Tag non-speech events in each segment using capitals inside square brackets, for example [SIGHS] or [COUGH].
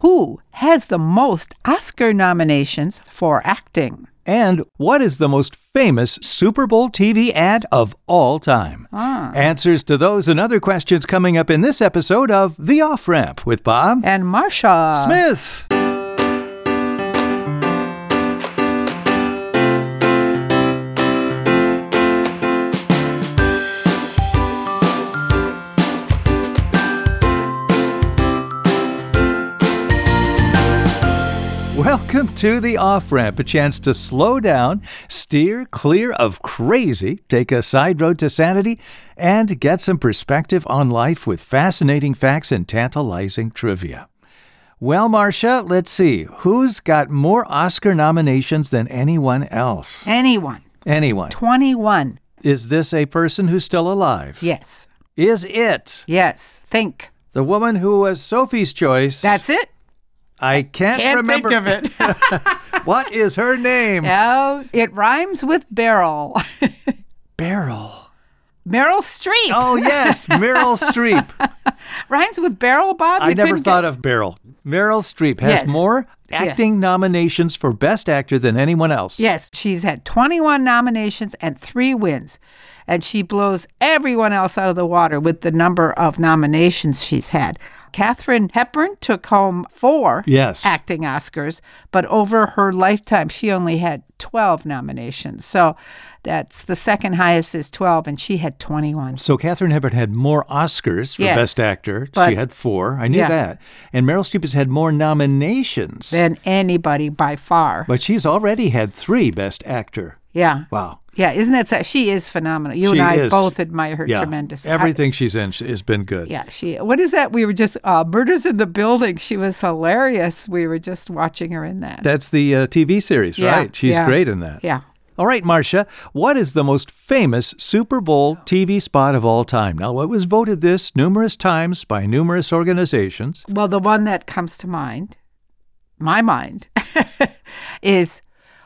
Who has the most Oscar nominations for acting? And what is the most famous Super Bowl TV ad of all time? Ah. Answers to those and other questions coming up in this episode of The Off Ramp with Bob And Marsha. Smith. Welcome to the off ramp, a chance to slow down, steer clear of crazy, take a side road to sanity, and get some perspective on life with fascinating facts and tantalizing trivia. Well, Marcia, let's see. Who's got more Oscar nominations than anyone else? Anyone. Anyone. 21. Is this a person who's still alive? Yes. Is it Yes. Think. the woman who was Sophie's choice? That's it. I can't, Can't remember. think of [LAUGHS] it. [LAUGHS] What is her name? no, Oh, it rhymes with barrel. Beryl. [LAUGHS] Meryl Streep. Oh yes, Meryl [LAUGHS] Streep. Rhymes with barrel, Bob? I You never couldn't thought of Meryl. Meryl Streep has Yes. more acting nominations for Best Actor than anyone else. Get... Yes. She's had 21 nominations and three wins. And she blows everyone else out of the water with the number of nominations she's had. Katherine Hepburn took home four. Yes. acting Oscars, but over her lifetime, she only had 12 nominations. So that's the second highest is 12, and she had 21. So Katherine Hepburn had more Oscars for Yes. Best Actor. But- she had four. I knew Yeah. that. And Meryl Streep has had more nominations, Than anybody by far. but she's already had three Best Actor. yeah. Wow. Yeah. Isn't that sad? She is phenomenal. You She and I is. both admire her yeah. tremendously. I- Everything she's in sh- has been good. yeah, she. What is that? We were just uh, murders in the building. She was hilarious. We were just watching her in that. That's the uh, TV series, Yeah, right? She's yeah. great in that. yeah, All right, Marcia, what is the most famous Super Bowl TV spot of all time? Now, it was voted this numerous times by numerous organizations. Well, the one that comes to mind, my mind, [LAUGHS] is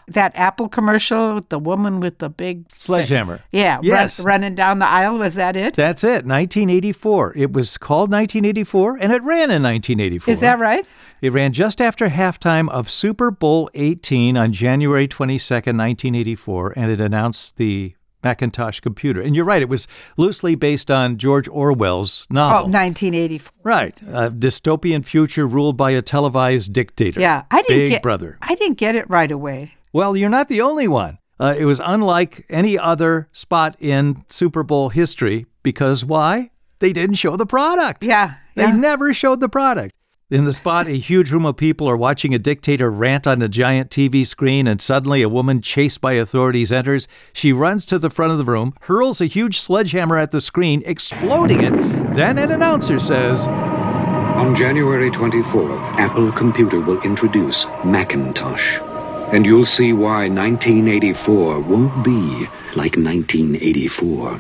that Apple commercial, the woman with the big, Sledgehammer. yeah, run- Yes. running down the aisle. Was that it? Is That's it, 1984. It was called 1984 and it ran in 1984. that right? It ran just after halftime of Super Bowl 18 on January 22nd, 1984, and it announced the Macintosh computer. And you're right, it was loosely based on George Orwell's Oh, novel. 1984. Right, a dystopian future ruled by a televised dictator. Yeah, I didn't Big get Brother. I didn't get it right away. Well, you're not the only one. Uh, it was unlike any other spot in Super Bowl history because why? They didn't show the product. Yeah, They yeah. never showed the product. In the spot, a huge room of people are watching a dictator rant on a giant TV screen, and suddenly a woman chased by authorities enters. She runs to the front of the room, hurls a huge sledgehammer at the screen, exploding it. Then an announcer says, On January 24th, Apple Computer will introduce Macintosh. And you'll see why 1984 won't be like 1984.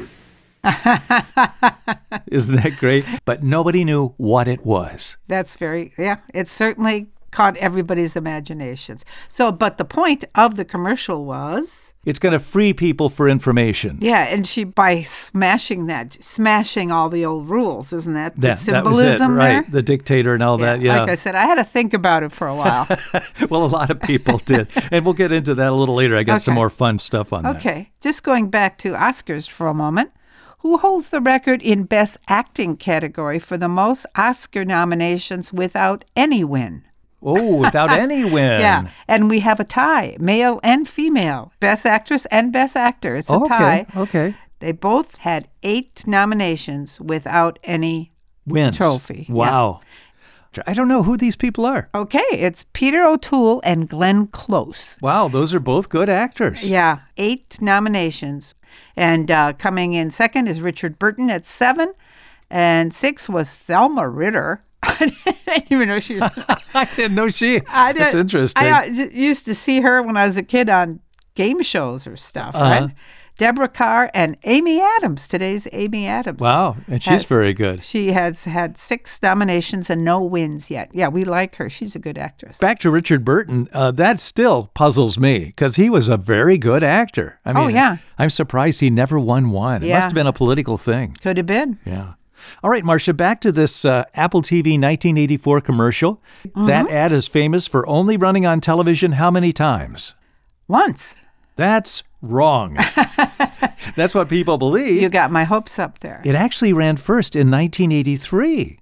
Isn't that great? But nobody knew what it was. That's very yeah. It certainly caught everybody's imaginations. So, but the point of the commercial was It's going to free people for information. Yeah, and she by smashing that, smashing all the old rules, isn't that the That, that was symbolism it, right? there? The dictator and all that. Yeah. Like I said, I had to think about it for a [LAUGHS] while. well, a lot [LAUGHS] of people did. And we'll get into that a little later. I got some Okay. more fun stuff on that. okay, just going back to Oscars for a moment. Who holds the record in Best Acting category for the most Oscar nominations without any win? Oh, [LAUGHS] without any win. Yeah, and we have a tie, male and female, Best Actress and Best Actor. It's a Oh, okay. tie. Okay. They both had eight nominations without any Wins. Trophy, yeah. Wow. I don't know who these people are. Okay, it's Peter O'Toole and Glenn Close. Wow, those are both good actors. Yeah, eight nominations. And uh, coming in second is Richard Burton at seven, and six was Thelma Ritter. [LAUGHS] I didn't even know [LAUGHS] she was. [LAUGHS] I didn't know she. [LAUGHS] I didn't, That's interesting. I uh, j- used to see her when I was a kid on game shows or stuff, Uh-huh. right? Deborah Carr and Amy Adams. Today's Amy Adams. wow. And she's has- very good. She has had six nominations and no wins yet. Yeah, we like her. She's a good actress. Back to Richard Burton, uh, that still puzzles me because he was a very good actor. I mean, Oh, yeah. I'm surprised he never won one. It Yeah. must have been a political thing. Could have been. Yeah. All right, Marcia, back to this uh, Apple TV 1984 commercial. That Mm-hmm. ad is famous for only running on television how many times? Once. [LAUGHS] That's wrong. That's what people believe. You got my hopes up there. It actually ran first in 1983.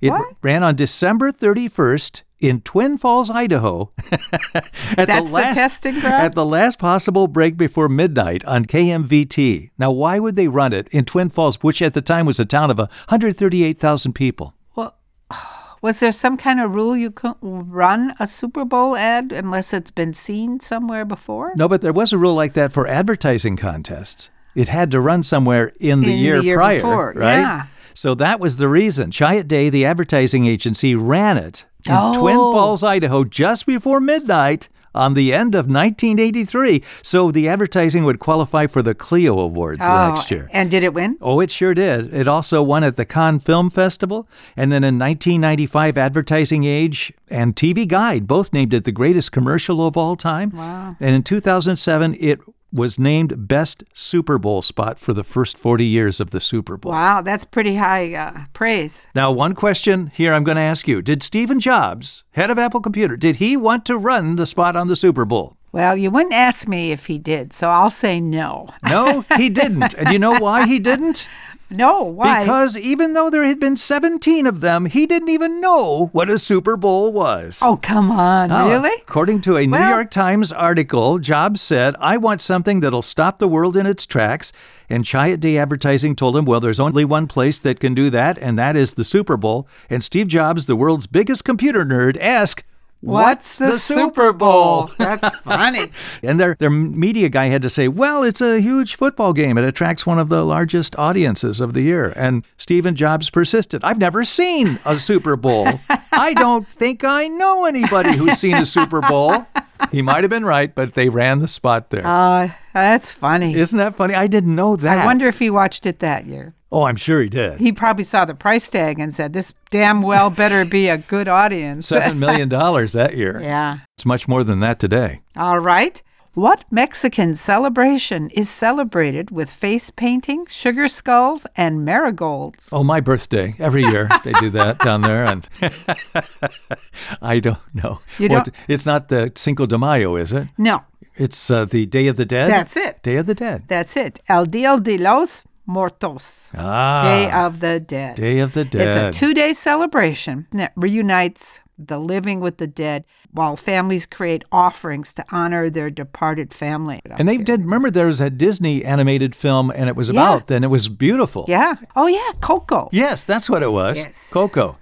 It What? ran on December 31st in Twin Falls, Idaho. [LAUGHS] at That's the testing ground? At the last possible break before midnight on KMVT. Now, why would they run it in Twin Falls, which at the time was a town of 138,000 people? Well, [SIGHS] was there some kind of rule you couldn't run a Super Bowl ad unless it's been seen somewhere before? No, but there was a rule like that for advertising contests. It had to run somewhere in the, In the year, year prior, before, right? yeah. So that was the reason. Chiat Day, the advertising agency, ran it in Twin Oh. Falls, Idaho, just before midnight on the end of 1983. So the advertising would qualify for the Clio Awards the next year. Oh, And did it win? Oh, it sure did. It also won at the Cannes Film Festival, and then in 1995, Advertising Age and TV Guide both named it the greatest commercial of all time. Wow. And in 2007, it was named Best Super Bowl Spot for the first 40 years of the Super Bowl. Wow, that's pretty high uh, praise. Now, one question here I'm going to ask you Did Stephen Jobs, head of Apple Computer, did he want to run the spot on the Super Bowl? Well, you wouldn't ask me if he did, so I'll say no. No, he didn't. And you know why he didn't? No, why? Because even though there had been 17 of them, he didn't even know what a Super Bowl was. oh, come on, Now, really? According to a New Well- York Times article, Jobs said, I want something that'll stop the world in its tracks. And Chiat Day Advertising told him, well, there's only one place that can do that, and that is the Super Bowl. And Steve Jobs, the world's biggest computer nerd, asked, What's, the, Super Bowl? That's funny. [LAUGHS] And their, their media guy had to say, well, it's a huge football game. It attracts one of the largest audiences of the year. And Stephen Jobs persisted. I've never seen a Super [LAUGHS] Bowl. I don't think I know anybody who's seen a Super Bowl. He might have been right, but they ran the spot there. Uh, that's funny. not that funny? I didn't know that. I wonder if he watched it that year. Oh, I'm sure he did. [LAUGHS] He probably saw the price tag and said, "This damn well better be a good audience." [LAUGHS] $7 million that year. yeah. It's much more than that today. All right. What Mexican celebration is celebrated with face painting, sugar skulls, and marigolds? [LAUGHS] Oh, my birthday. Every year they do [LAUGHS] that down there. And I don't know. You What- don't- it's not the Cinco de Mayo, is it? No, It's uh, the Day of the Dead. That's it. Day of the Dead. that's it. El Dia de los Muertos, ah, Day of the Dead. Day of the Dead. It's a two day celebration that reunites the living with the dead while families create offerings to honor their departed family. and they did. Remember, there was a Disney animated film, and it was about. Then it was beautiful. Yeah. Oh, yeah. Coco. Yes, that's what it was. Yes. Coco.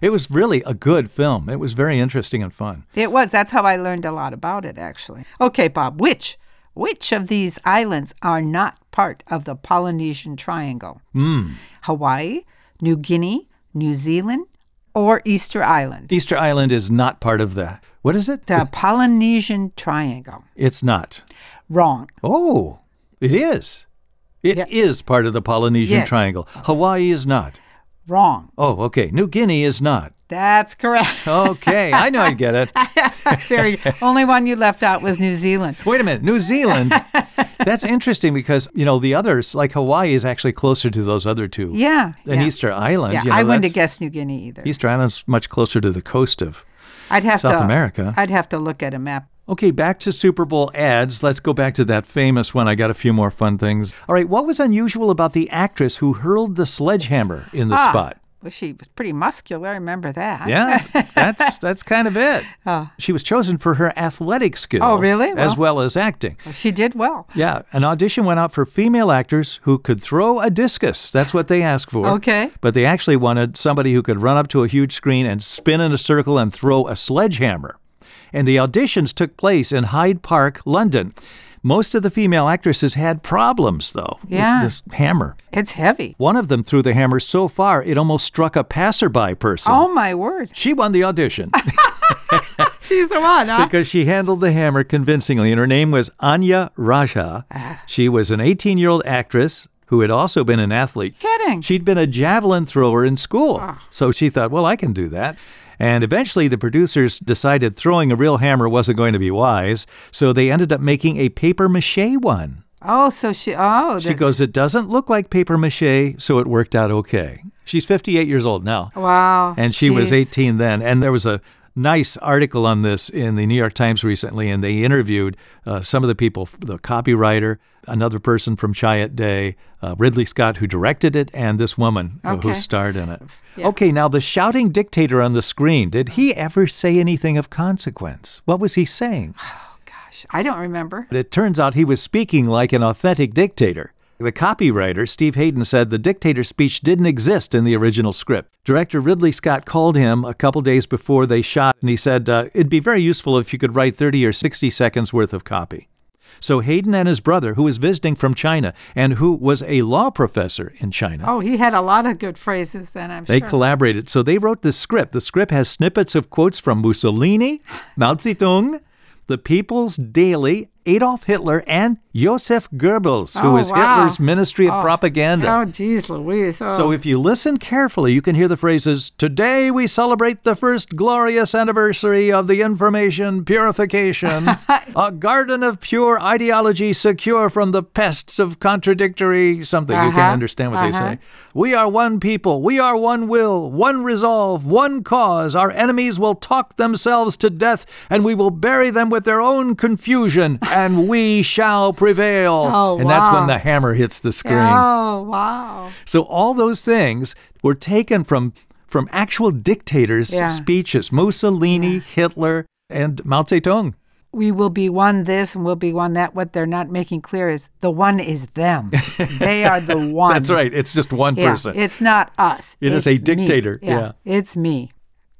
It was really a good film. It was very interesting and fun. It was. That's how I learned a lot about it, actually. Okay, Bob, which which of these islands are not part of the Polynesian Triangle? Hmm. Hawaii, New Guinea, New Zealand, or Easter Island? Easter Island is not part of the. What is it? The Polynesian Triangle. It's not. Wrong. Oh, it is. It is Yeah. part of the Polynesian Yes. Triangle. Hawaii is not. Wrong. Oh, okay. New Guinea is not. That's [LAUGHS] correct. [LAUGHS] Okay, I know I get it. Very only one you left out was New Zealand. Wait a minute, New Zealand. That's interesting because you know the others, like Hawaii, is actually closer to those other two Yeah. than yeah. Easter Island. Yeah, you know, I wouldn't that's- have guessed New Guinea either. Easter Island's much closer to the coast of. I'd have South to America. I'd have to look at a map. Okay, back to Super Bowl ads. Let's go back to that famous one. I got a few more fun things. All right, what was unusual about the actress who hurled the sledgehammer in the Ah, spot? Well, she was pretty muscular. I remember that. Yeah, [LAUGHS] that's that's kind of it. She was chosen for her athletic skills. Oh, really? As well as acting. She did well. Yeah, an audition went out for female actors who could throw a discus. That's what they asked for. Okay. But they actually wanted somebody who could run up to a huge screen and spin in a circle and throw a sledgehammer. And the auditions took place in Hyde Park, London. Most of the female actresses had problems, though, Yeah. with this hammer. It's heavy. One of them threw the hammer so far it almost struck a passerby person. Oh my word. She won the audition She's the one, huh? because she handled the hammer convincingly, and her name was Anya Raja. Ah. She was an 18 year old actress who had also been an athlete. Kidding. She'd been a javelin thrower in school, Ah. so she thought, well, I can do that. And eventually, the producers decided throwing a real hammer wasn't going to be wise, so they ended up making a paper mache one. oh, so she oh She the- goes, It doesn't look like paper mache, so it worked out okay. She's 58 years old now. Wow. And she was Jeez. 18 then. And there was a nice article on this in the New York Times recently, and they interviewed uh, some of the people the copywriter, another person from Chiat Day, uh, Ridley Scott, who directed it, and this woman uh, who Okay. starred in it. Okay, now the shouting dictator on the screen, did he ever say anything of consequence? What was he saying? Gosh, I don't remember. But it turns out he was speaking like an authentic dictator. The copywriter, Steve Hayden, said the dictator speech didn't exist in the original script. Director Ridley Scott called him a couple days before they shot, and he said, uh, It'd be very useful if you could write 30 or 60 seconds worth of copy. So Hayden and his brother, who was visiting from China and who was a law professor in China, Oh, he had a lot of good phrases then, I'm they sure. collaborated. So they wrote the script. The script has snippets of quotes from Mussolini, Mao Zedong, the People's Daily, Adolf Hitler, and Josef Goebbels, who Oh, was wow. Hitler's Ministry of Oh. Propaganda. Oh, geez, Louise. Oh. So if you listen carefully, you can hear the phrases Today we celebrate the first glorious anniversary of the information purification, [LAUGHS] a garden of pure ideology secure from the pests of contradictory something. You Uh-huh, can understand what they uh-huh. say. We are one people, we are one will, one resolve, one cause. Our enemies will talk themselves to death, and we will bury them with their own confusion, [LAUGHS] and we shall prevail. Oh, and that's when wow. the hammer hits the screen. oh, wow. So all those things were taken from from actual dictators' Yeah. speeches: Mussolini, Hitler, and Mao Zedong. We will be one this and we'll be one that. What they're not making clear is the one is [LAUGHS] them. they are the one. That's right. It's just one Yeah, person. It's not us. It It's is a dictator, me. It's me.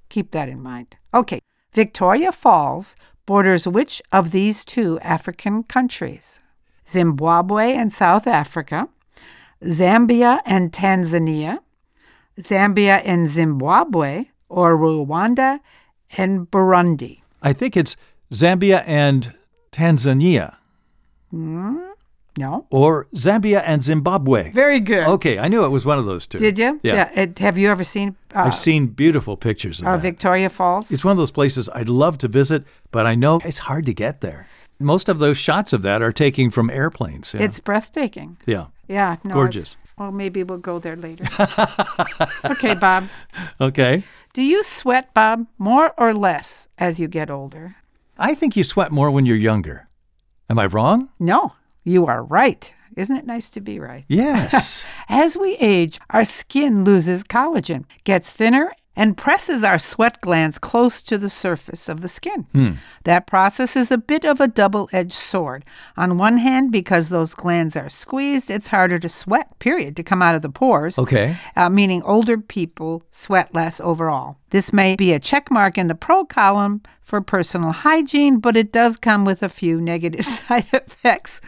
Keep that in mind. Okay. Victoria Falls borders which of these two African countries? Zimbabwe and South Africa, Zambia and Tanzania, Zambia and Zimbabwe, or Rwanda and Burundi. I think it's Zambia and Tanzania, No? or Zambia and Zimbabwe. Very good. Okay, I knew it was one of those two. Did you? Yeah. it- have you ever seen uh, I've seen beautiful pictures of uh, that. Victoria Falls? It's one of those places I'd love to visit, but I know it's hard to get there. Most of those shots of that are taken from airplanes. Yeah. it's breathtaking. yeah. Yeah, no, I've- Gorgeous. Well, maybe we'll go there later. okay, Bob. Okay. Do you sweat, Bob, more or less as you get older? I think you sweat more when you're younger. Am I wrong? No, you are right. Isn't it nice to be right? [LAUGHS] [LAUGHS] Yes. As we age, our skin loses collagen, gets thinner, and presses our sweat glands close to the surface of the skin. That process is a bit of a double edged sword. On one hand, because those glands are squeezed, it's harder to sweat, period, to come out of the pores. okay. uh, meaning older people sweat less overall. This may be a check mark in the pro column for personal hygiene, but it does come with a few negative [LAUGHS] side effects.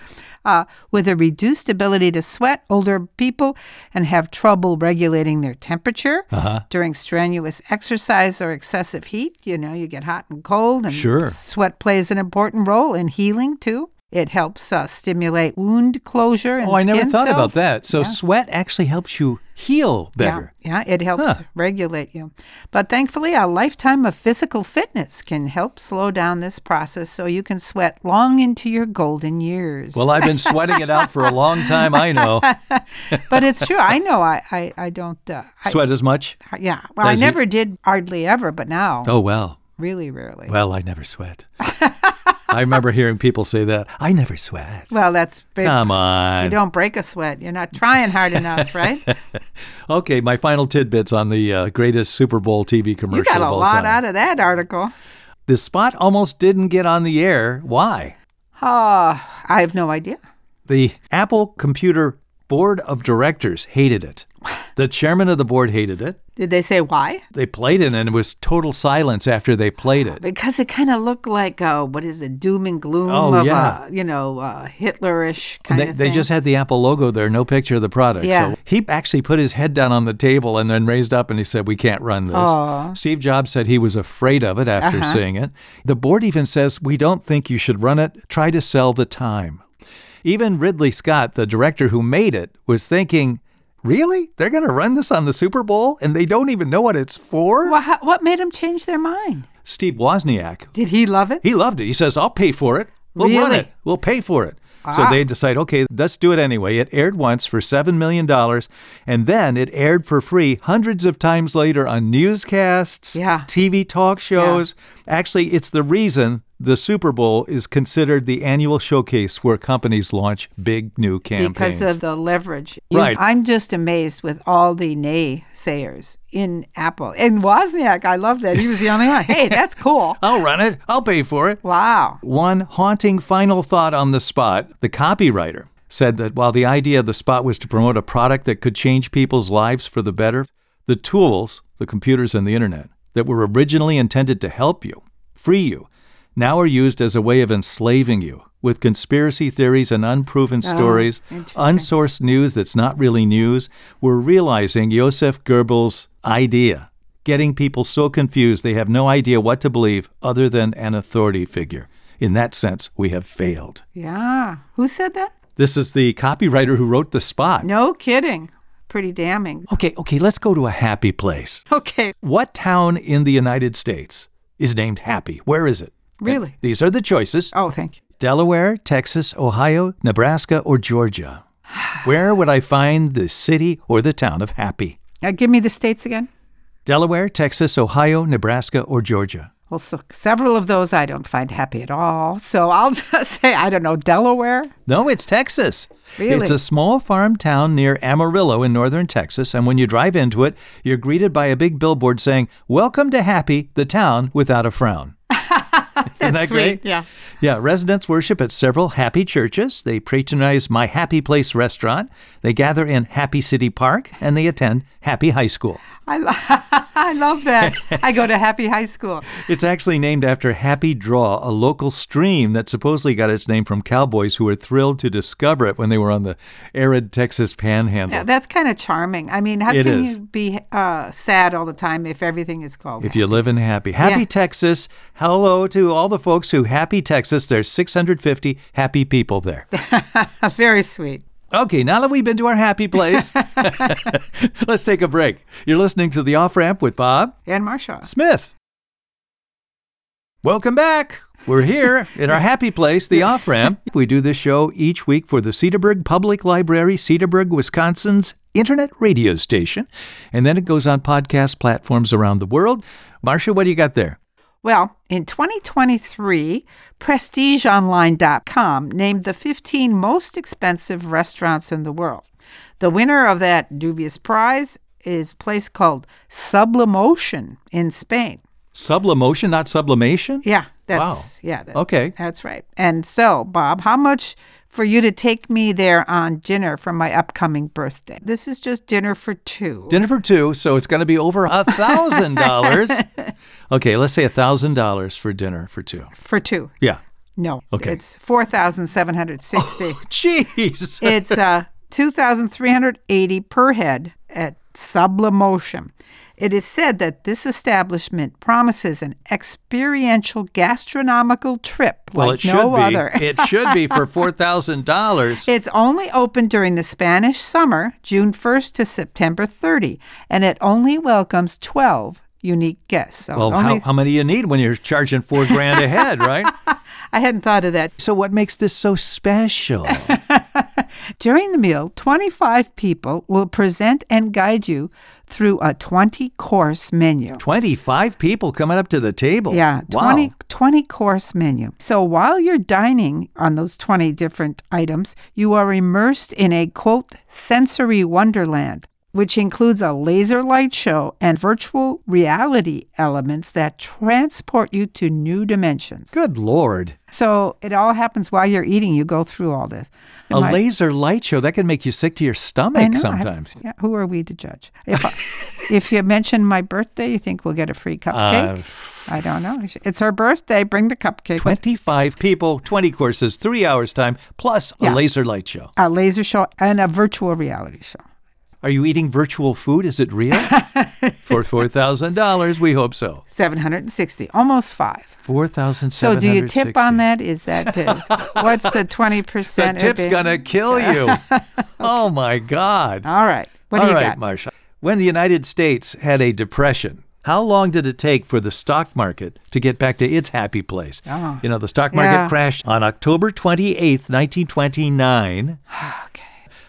Uh, with a reduced ability to sweat, older people and have trouble regulating their temperature Uh-huh. during strenuous exercise or excessive heat. You know, you get hot and cold, and Sure. sweat plays an important role in healing too. It helps uh, stimulate wound closure and Oh, I never skin thought about cells. that. So Yeah. sweat actually helps you heal better. Yeah, yeah it helps Huh. regulate you. But thankfully, a lifetime of physical fitness can help slow down this process so you can sweat long into your golden years. Well, I've been sweating it out for a long time, [LAUGHS] I know. but [LAUGHS] it's true. I know I, I, I don't. Uh, I, Sweat as much? yeah. Well, I Leslie- never did hardly ever, but now, Oh, well. really rarely. Well, Well, I [LAUGHS] never sweat. I remember hearing people say that. I never sweat. that's big. Come You on. don't break a sweat. You're not trying hard enough, [LAUGHS] right? Okay, my final tidbits on the uh, greatest Super Bowl TV commercial You got a of all lot time. out of that article. the spot almost didn't get on the air. Why? Oh, I have no idea. The Apple Computer Board of Directors hated it. The chairman of the board hated it. Did they say why? They played it, and it was total silence after they played it. because it kind of looked like uh, what is the doom and gloom Oh, of yeah. a you know uh, Hitlerish And kind they, of they thing. just had the Apple logo there, no picture of the product. Yeah. So he actually put his head down on the table and then raised up and he said, We can't run this. Aw. Steve Jobs said he was afraid of it after Uh-huh. seeing it. The board even says, We don't think you should run it. Try to sell the time. Even Ridley Scott, the director who made it, was thinking, Really? They're going to run this on the Super Bowl and they don't even know what it's for? Wha- how- what made them change their mind? Steve Wozniak, Did he love it? he loved it. He says, I'll pay for it. We'll run Really? Ah. it. We'll pay for it. So they decide, okay, let's do it anyway. It aired once for $7 million, and then it aired for free hundreds of times later on newscasts, Yeah. TV talk shows. Actually, it's the reason the Super Bowl is considered the annual showcase where companies launch big new campaigns. because of the leverage. You- Right. I'm just amazed with all the naysayers in Apple. And Wozniak, I love that. He was the only one. [LAUGHS] Hey, that's cool. I'll run it, I'll pay for it. Wow. One haunting final thought on the spot the copywriter said that while the idea of the spot was to promote a product that could change people's lives for the better, the tools, the computers and the internet, that were originally intended to help you, free you, now are used as a way of enslaving you with conspiracy theories and unproven stories, unsourced news that's not really news. We're realizing Joseph Goebbels' idea, getting people so confused they have no idea what to believe other than an authority figure. In that sense, we have failed. Yeah. Who said that? This is the copywriter who wrote the spot. No kidding. Pretty damning. Okay, okay, let's go to a happy place. Okay. What town in the United States is named Happy? Where is it? Really? These are the choices. Oh, thank you. Delaware, Texas, Ohio, Nebraska, or Georgia? Where would I find the city or the town of happy? Now, give me the states again. Delaware, Texas, Ohio, Nebraska, or Georgia? Well, so several of those I don't find happy at all. So I'll [LAUGHS] just say, I don't know, Delaware? No, it's Texas. Really? It's a small farm town near Amarillo in northern Texas, and when you drive into it, you're greeted by a big billboard saying, Welcome to Happy, the town without a frown. Isn't that great? Yeah. Yeah, residents worship at several happy churches. They patronize My Happy Place restaurant. They gather in Happy City Park and they attend Happy High School. I, lo- [LAUGHS] I love that. I go to Happy High [LAUGHS] School. It's actually named after Happy Draw, a local stream that supposedly got its name from cowboys who were thrilled to discover it when they were on the arid Texas panhandle. Yeah, that's kind of charming. I mean, how It can is. you be uh, sad all the time if everything is called? If you live in Happy, Happy Yeah. Texas, hello to all the folks who Happy Texas. There's 650 happy people there. [LAUGHS] Very sweet. Okay, now that we've been to our happy place, [LAUGHS] let's take a break. You're listening to The Off Ramp with Bob And Marsha. Smith. Welcome back. We're here in our happy place, The Off Ramp. We do this show each week for the Cedarburg Public Library, Cedarburg, Wisconsin's internet radio station. And then it goes on podcast platforms around the world. Marcia, what do you got there? Well, in 2023, prestigeonline.com named the 15 most expensive restaurants in the world. The winner of that dubious prize is a place called Sublimotion in Spain. Sublimation, not sublimation? Yeah, that's Wow. yeah. that- Okay. that's right. And so, Bob, how much for you to take me there on dinner for my upcoming birthday? This is just dinner for two. Dinner for two, so it's going to be over a [LAUGHS] thousand dollars. Okay, let's say a thousand dollars for dinner for two. for two? Yeah. No. Okay. Oh, It's four thousand seven hundred sixty. Jeez. it's uh, 2380 per head at Sublimotion. It is said that this establishment promises an experiential gastronomical trip well, like it should no be. other. it should [LAUGHS] be for four thousand dollars. It's only open during the Spanish summer, June 1st to September 30, and it only welcomes 12 unique guests. So Well, only, how, how many you need when you're charging four grand a head, [LAUGHS] right? I hadn't thought of that. So what makes this [LAUGHS] so special? During the meal, 25 people will present and guide you through a 20 course menu. Twenty-five people coming up to the table. Yeah, Wow. 20, 20 course menu. So while you're dining on those 20 different items, you are immersed in a quote, sensory wonderland, which includes a laser light show and virtual reality elements that transport you to new dimensions. Good lord. So it all happens while you're eating. You go through all this. A laser light show that can make you sick to your stomach I know, I- sometimes. yeah, who are we to judge? If, [LAUGHS] I- if you mention my birthday, you think we'll get a free Uh, cupcake? I don't know. It's her birthday. Bring the cupcake. 25 people, 20 courses, three hours time, plus a Yeah. laser light show. a laser show and a virtual reality show. Are you eating virtual food? Is it [LAUGHS] real? For $4,000, we hope so. 760, almost five. 4760 So do you tip on that? Is that [LAUGHS] what's the 20%? The tip's Urban? going to kill [LAUGHS] you. Oh, my God. All right. What All do you got? right, Marsha. When the United States had a depression How long did it take for the stock market to get back to its happy place? Oh. You know, the stock market Yeah. crashed on October 28th, 1929. [SIGHS] Okay.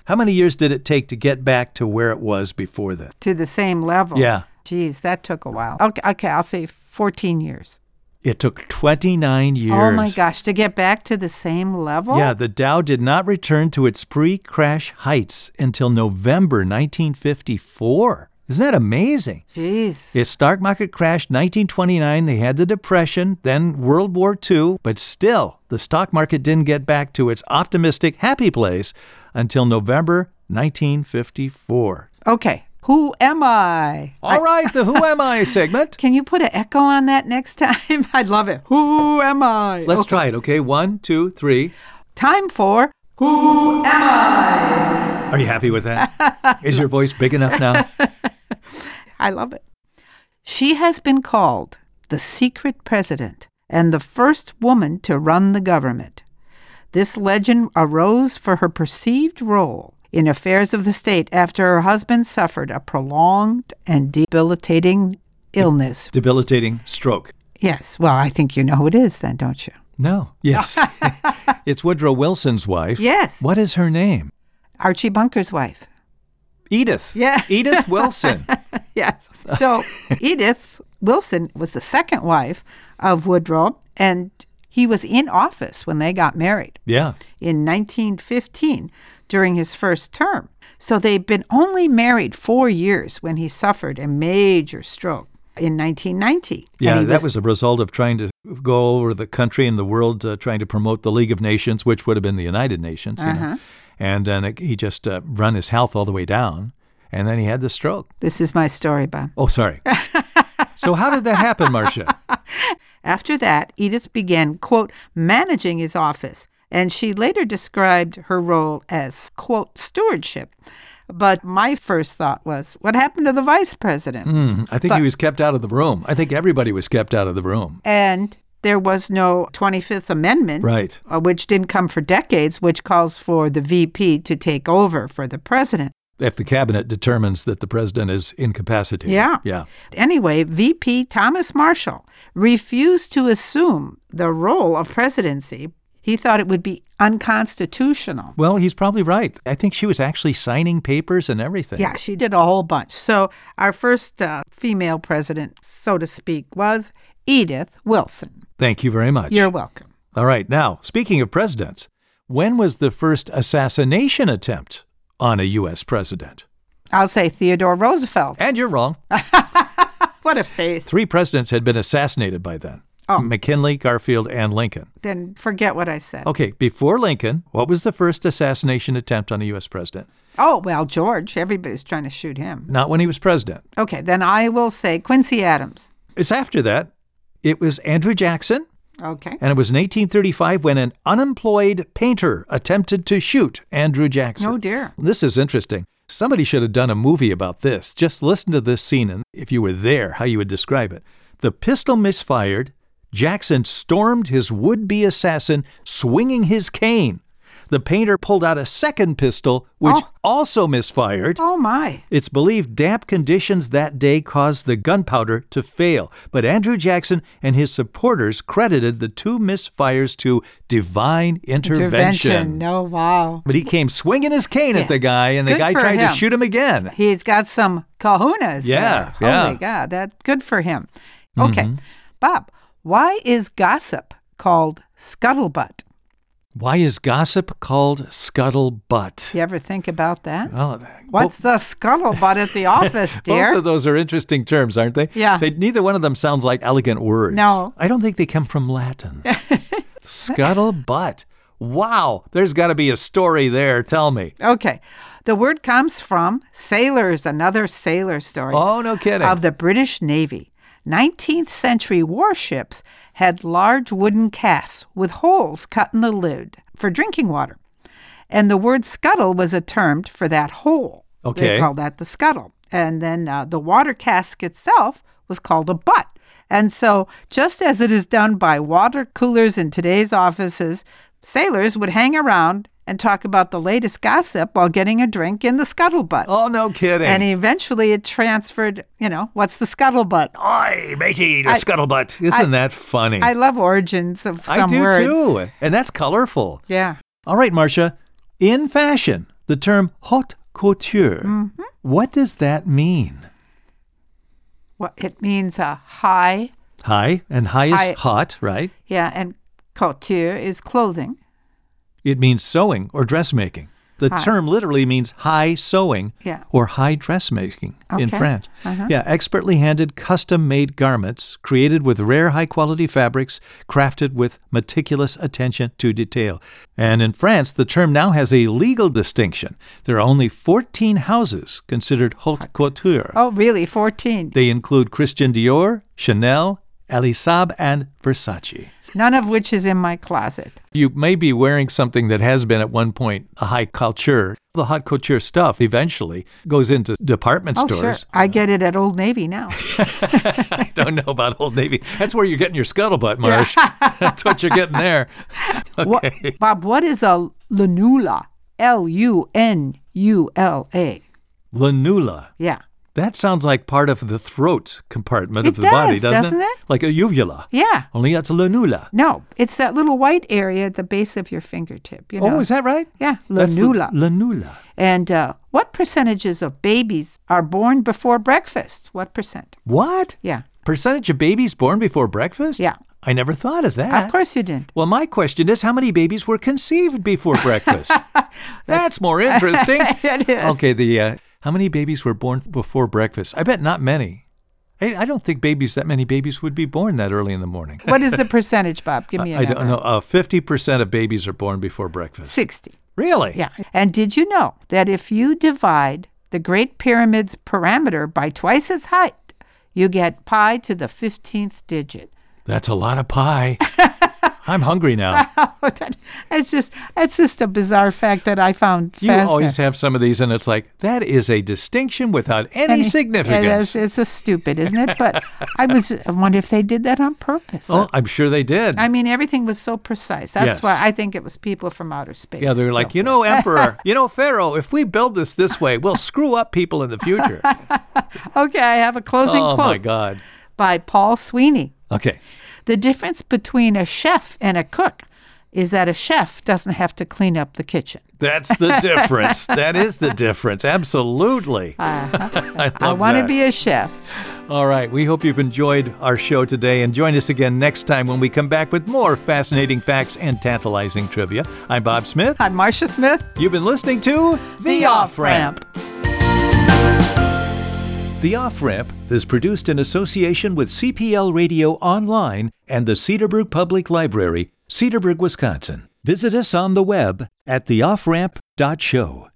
How many years did it take to get back to where it was before that? To the same level. Yeah. Geez, that took a while. Okay, okay I'll say 14 years. It took 29 years. Oh my gosh, to get back to the same level? Yeah, the Dow did not return to its pre crash heights until November 1954. Isn't that amazing? Jeez. The stock market crashed 1929. They had the Depression, then World War II, but still, the stock market didn't get back to its optimistic, happy place until November 1954. Okay. Who am I? All right, the Who Am [LAUGHS] I segment. Can you put an echo on that next [LAUGHS] time? I'd love it. Who am I? Let's try it, okay? One, two, three. Time for Who Am I? Are you happy [LAUGHS] with that? Is your voice big enough now? I love it. She has been called the secret president and the first woman to run the government. This legend arose for her perceived role in affairs of the state after her husband suffered a prolonged and debilitating illness. Debilitating stroke. Yes, well, I think you know who it is then, don't you? No. [LAUGHS] Yes. it's Woodrow Wilson's wife. Yes. What is her name? Archie Bunker's wife. [LAUGHS] Edith. Yeah. [LAUGHS] Edith Wilson. Yes. So Edith Wilson was the second wife of Woodrow, and he was in office when they got married Yeah. in 1915 during his first term. So they'd been only married four years when he suffered a major stroke in 1990. And Yeah, he that was a result of trying to go all over the country and the world uh, trying to promote the League of Nations, which would have been the United Nations. you know. Uh-huh. And then it, he just uh, run his health all the way down, and then he had the stroke. This is my story, Bob. [LAUGHS] Oh, sorry. so how did that happen, Marcia? After that, Edith began, quote, managing his office, and she later described her role as, quote, stewardship. But my first thought was, what happened to the vice president? Mm, I think he was kept out of the room. I think everybody was kept out of the room. And there was no 25th Amendment, Right. uh, which didn't come for decades, which calls for the VP to take over for the president. If the cabinet determines that the president is incapacitated. Yeah. Yeah. Anyway, VP Thomas Marshall refused to assume the role of presidency. He thought it would be unconstitutional. Well, he's probably right. I think she was actually signing papers and everything. Yeah, she did a whole bunch. So our first uh, female president, so to speak, was Edith Wilson. Thank you very much. You're welcome. All right. Now, speaking of presidents, when was the first assassination attempt on a U.S. president? I'll say Theodore Roosevelt. And you're wrong. [LAUGHS] What a face. Three presidents had been assassinated by then Oh. McKinley, Garfield, and Lincoln. Then forget what I said. Okay, before Lincoln, what was the first assassination attempt on a U.S. president? Oh, well, George, everybody's trying to shoot him. Not when he was president. Okay, then I will say Quincy Adams. It's after that. It was Andrew Jackson, Okay. and it was in 1835 when an unemployed painter attempted to shoot Andrew Jackson. Oh, dear. This is interesting. Somebody should have done a movie about this. Just listen to this scene, and if you were there, how you would describe it. The pistol misfired. Jackson stormed his would be assassin, swinging his cane. The painter pulled out a second pistol, which Oh. also misfired. Oh, my. It's believed damp conditions that day caused the gunpowder to fail, but Andrew Jackson and his supporters credited the two misfires to divine intervention. No, Oh, wow. But he came swinging his cane Yeah. at the guy, and the Good guy for tried him. to shoot him again. He's got some kahunas. there. Yeah, yeah. Mm-hmm. Holy God, that good for him. Okay, Bob, why is gossip called scuttlebutt? Why is gossip called scuttlebutt? You ever think about that? Well, What's the scuttlebutt at [LAUGHS] the office, dear? Uh, Both of those are interesting terms, aren't they? Yeah. They, neither one of them sounds like elegant words. No. I don't think they come [LAUGHS] from Latin. Scuttlebutt. Wow. There's got to be a story there. Tell me. Okay. The word comes from sailors, another sailor story. Oh, no kidding. Of the British Navy. 19th century warships had large wooden casks with holes cut in the lid for drinking water. And the word scuttle was a term for that hole. They Okay. called that the scuttle. And then uh, the water cask itself was called a butt. And so, just as it is done by water coolers in today's offices, sailors would hang around and talk about the latest gossip while getting a drink in the scuttlebutt. Oh, no kidding. And eventually it transferred, you know, what's the scuttlebutt? Oi, matey, the scuttlebutt. Isn't that funny? I love origins of I some do words. too. And that's colorful. Yeah. All right, Marcia. In fashion, the term haute couture, Mm-hmm. what does that mean? Well, it means a high, High, and high is High. hot, right? yeah, and couture is clothing. It means sewing or dressmaking. The High. term literally means high sewing Yeah. or high dressmaking in Okay. French. Uh-huh. Yeah, expertly handed, custom made garments created with rare high quality fabrics, crafted with meticulous attention to detail. And in France, the term now has a legal distinction. There are only 14 houses considered haute couture. Oh, really? 14. They include Christian Dior, Chanel, Elisab, and Versace. None of which is in my closet. You may be wearing something that has been at one point a high couture. The hot couture stuff eventually goes into department Oh, sure. stores. [LAUGHS] I get it at Old Navy now. I don't know about Old Navy. That's where you're getting your [LAUGHS] scuttlebutt, Marsh. That's what you're getting there. What, Okay. Bob, what is a lunula? L U N U L A. Lanula. Yeah. That sounds like part of the throat compartment of It the body, does, doesn't, doesn't it? Like a uvula. Yeah. Only that's lanula. No, it's that little white area at the base of your fingertip. You know? Oh, is that right? Yeah, That's the- lanula. Lanula. and uh, what percentages of babies are born before breakfast? What percent? What? Yeah. Percentage of babies born before breakfast? Yeah. I never thought of that. Of course you [LAUGHS] didn't. Well, my question is how many babies were conceived before [LAUGHS] breakfast? That's more interesting. It is. Okay, [LAUGHS] the uh, how many babies were born before breakfast? I bet not many. I, I don't think babies that many babies would be born that early in the morning. What is the percentage, Bob? Give me a I number. don't know. Uh, Fifty percent of babies are born before breakfast. 60. Really? Yeah. And did you know that if you divide the Great Pyramid's perimeter by twice its height, you get pi to the 15th digit? [LAUGHS] That's a lot of pie. I'm [LAUGHS] hungry now. Oh, That- it's just it's just a bizarre fact that I found You fascinating. always have some of these, and it's like that is a distinction without any, And it- significance. It is, it's a stupid, isn't it? But I was I wonder if they did that on purpose. [LAUGHS] Oh, I'm sure they did. I mean, everything was so precise. That's Yes. why I think it was people from outer space. Yeah, they're like, you [LAUGHS] know, Emperor, you know, Pharaoh, if we build this this way, we'll screw up people in [LAUGHS] the future. Okay, I have a closing oh, my quote God. by Paul Sweeney. Okay. The difference between a chef and a cook is that a chef doesn't have to clean up the kitchen. [LAUGHS] That's the difference. that is the difference. Absolutely. [LAUGHS] I, Uh-huh. I want to be a chef. All right. We hope you've enjoyed our show today and join us again next time when we come back with more fascinating facts and tantalizing trivia. I'm Bob Smith. I'm Marcia Smith. You've been listening to The Off Ramp is produced in association with CPL Radio Online and the Cedarburg Public Library, Cedarburg, Wisconsin. Visit us on the web at theofframp.show.